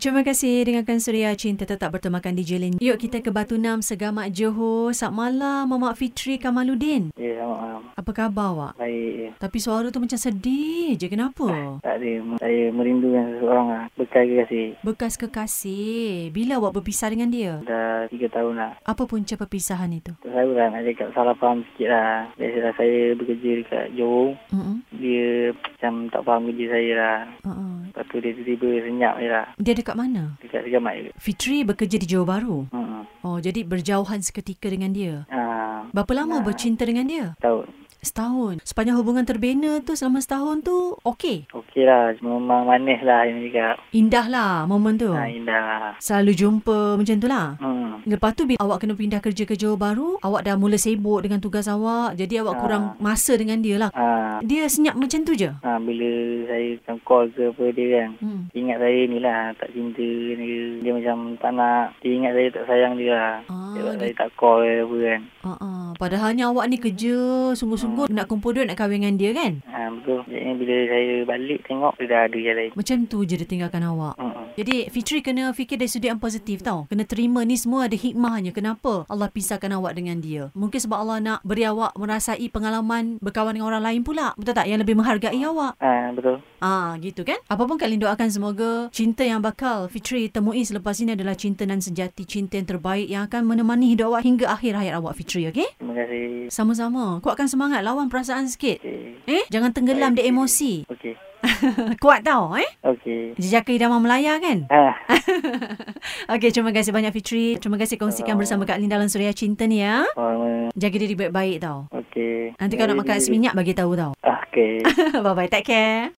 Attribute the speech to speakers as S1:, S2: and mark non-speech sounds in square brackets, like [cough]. S1: terima kasih dengarkan Suria Cinta tetap bertemakan di Jelin. Yuk kita ke Batu Nam, Segamak, Johor. Sat malam, Mamak Fitri Kamaluddin.
S2: Ya, selamat malam.
S1: Apa khabar awak?
S2: Baik, ya.
S1: Tapi suara tu macam sedih je. Kenapa?
S2: Tak ada. Saya merindukan seseorang lah. Berkaya kasih.
S1: Bekas kekasih. Bila awak berpisah dengan dia?
S2: Dah tiga tahun lah.
S1: Apa punca perpisahan itu?
S2: Tak tahu lah nak cakap salah faham sikit lah. Biasalah saya bekerja dekat Johor.
S1: Mm-mm.
S2: Dia macam tak faham kerja saya lah.
S1: Uh-uh.
S2: Lepas tu dia tiba-tiba senyap je lah.
S1: Dia dekat mana?
S2: Dekat segamat je.
S1: Fitri bekerja di Johor Bahru.
S2: Hmm.
S1: Oh, jadi berjauhan seketika dengan dia.
S2: Ah,
S1: Berapa lama bercinta dengan dia?
S2: tahu.
S1: Setahun. Sepanjang hubungan terbina tu selama setahun tu okey.
S2: Okey lah. Memang manis lah yang cakap.
S1: Indah lah momen tu.
S2: Ha, indah lah.
S1: Selalu jumpa macam tu lah.
S2: Hmm.
S1: Lepas tu bila awak kena pindah kerja ke Johor Bahru, awak dah mula sibuk dengan tugas awak. Jadi awak
S2: Ah.
S1: kurang masa dengan dia lah.
S2: Ah,
S1: Dia senyap macam tu je.
S2: ah, bila saya macam call ke apa dia kan.
S1: Hmm.
S2: Dia ingat saya ni lah tak cinta dia. Dia macam tak nak. Dia ingat saya tak sayang dia lah.
S1: Ah,
S2: Sebab
S1: dia,
S2: saya tak call ke apa kan.
S1: uh-uh. Padahalnya awak ni kerja sungguh-sungguh nak kumpul duit nak kahwin dengan dia kan?
S2: Ha, betul. Jadi bila saya balik tengok dia dah ada yang lain.
S1: Macam tu je dia tinggalkan awak.
S2: Mm-mm.
S1: Jadi Fitri kena fikir dari sudut yang positif tau. Kena terima ni semua ada hikmahnya. Kenapa Allah pisahkan awak dengan dia? Mungkin sebab Allah nak beri awak merasai pengalaman berkawan dengan orang lain pula. Betul tak? Yang lebih menghargai awak.
S2: Ha, betul.
S1: Ah, gitu kan? Apa pun Kak Lin doakan semoga cinta yang bakal Fitri temui selepas ini adalah cinta dan sejati. Cinta yang terbaik yang akan menemani hidup awak hingga akhir hayat awak Fitri, okey?
S2: Terima kasih.
S1: Sama-sama. Kuatkan semangat. Lawan perasaan sikit.
S2: Okey.
S1: Eh, jangan tenggelam di emosi. [laughs]
S2: Okey.
S1: Kuat tau, eh?
S2: Okey.
S1: Jejaka idaman Melaya kan? [laughs]
S2: Ha,
S1: Okey, terima kasih banyak Fitri. Terima kasih kongsikan bersama Kak Lin dalam Suria Cinta ni ya.
S2: sama.
S1: Jaga diri baik-baik tau.
S2: Okey.
S1: Nanti kalau nak makan
S2: Jadi-
S1: es minyak bagi tahu tau. [laughs]
S2: Okey.
S1: Bye-bye. Take care.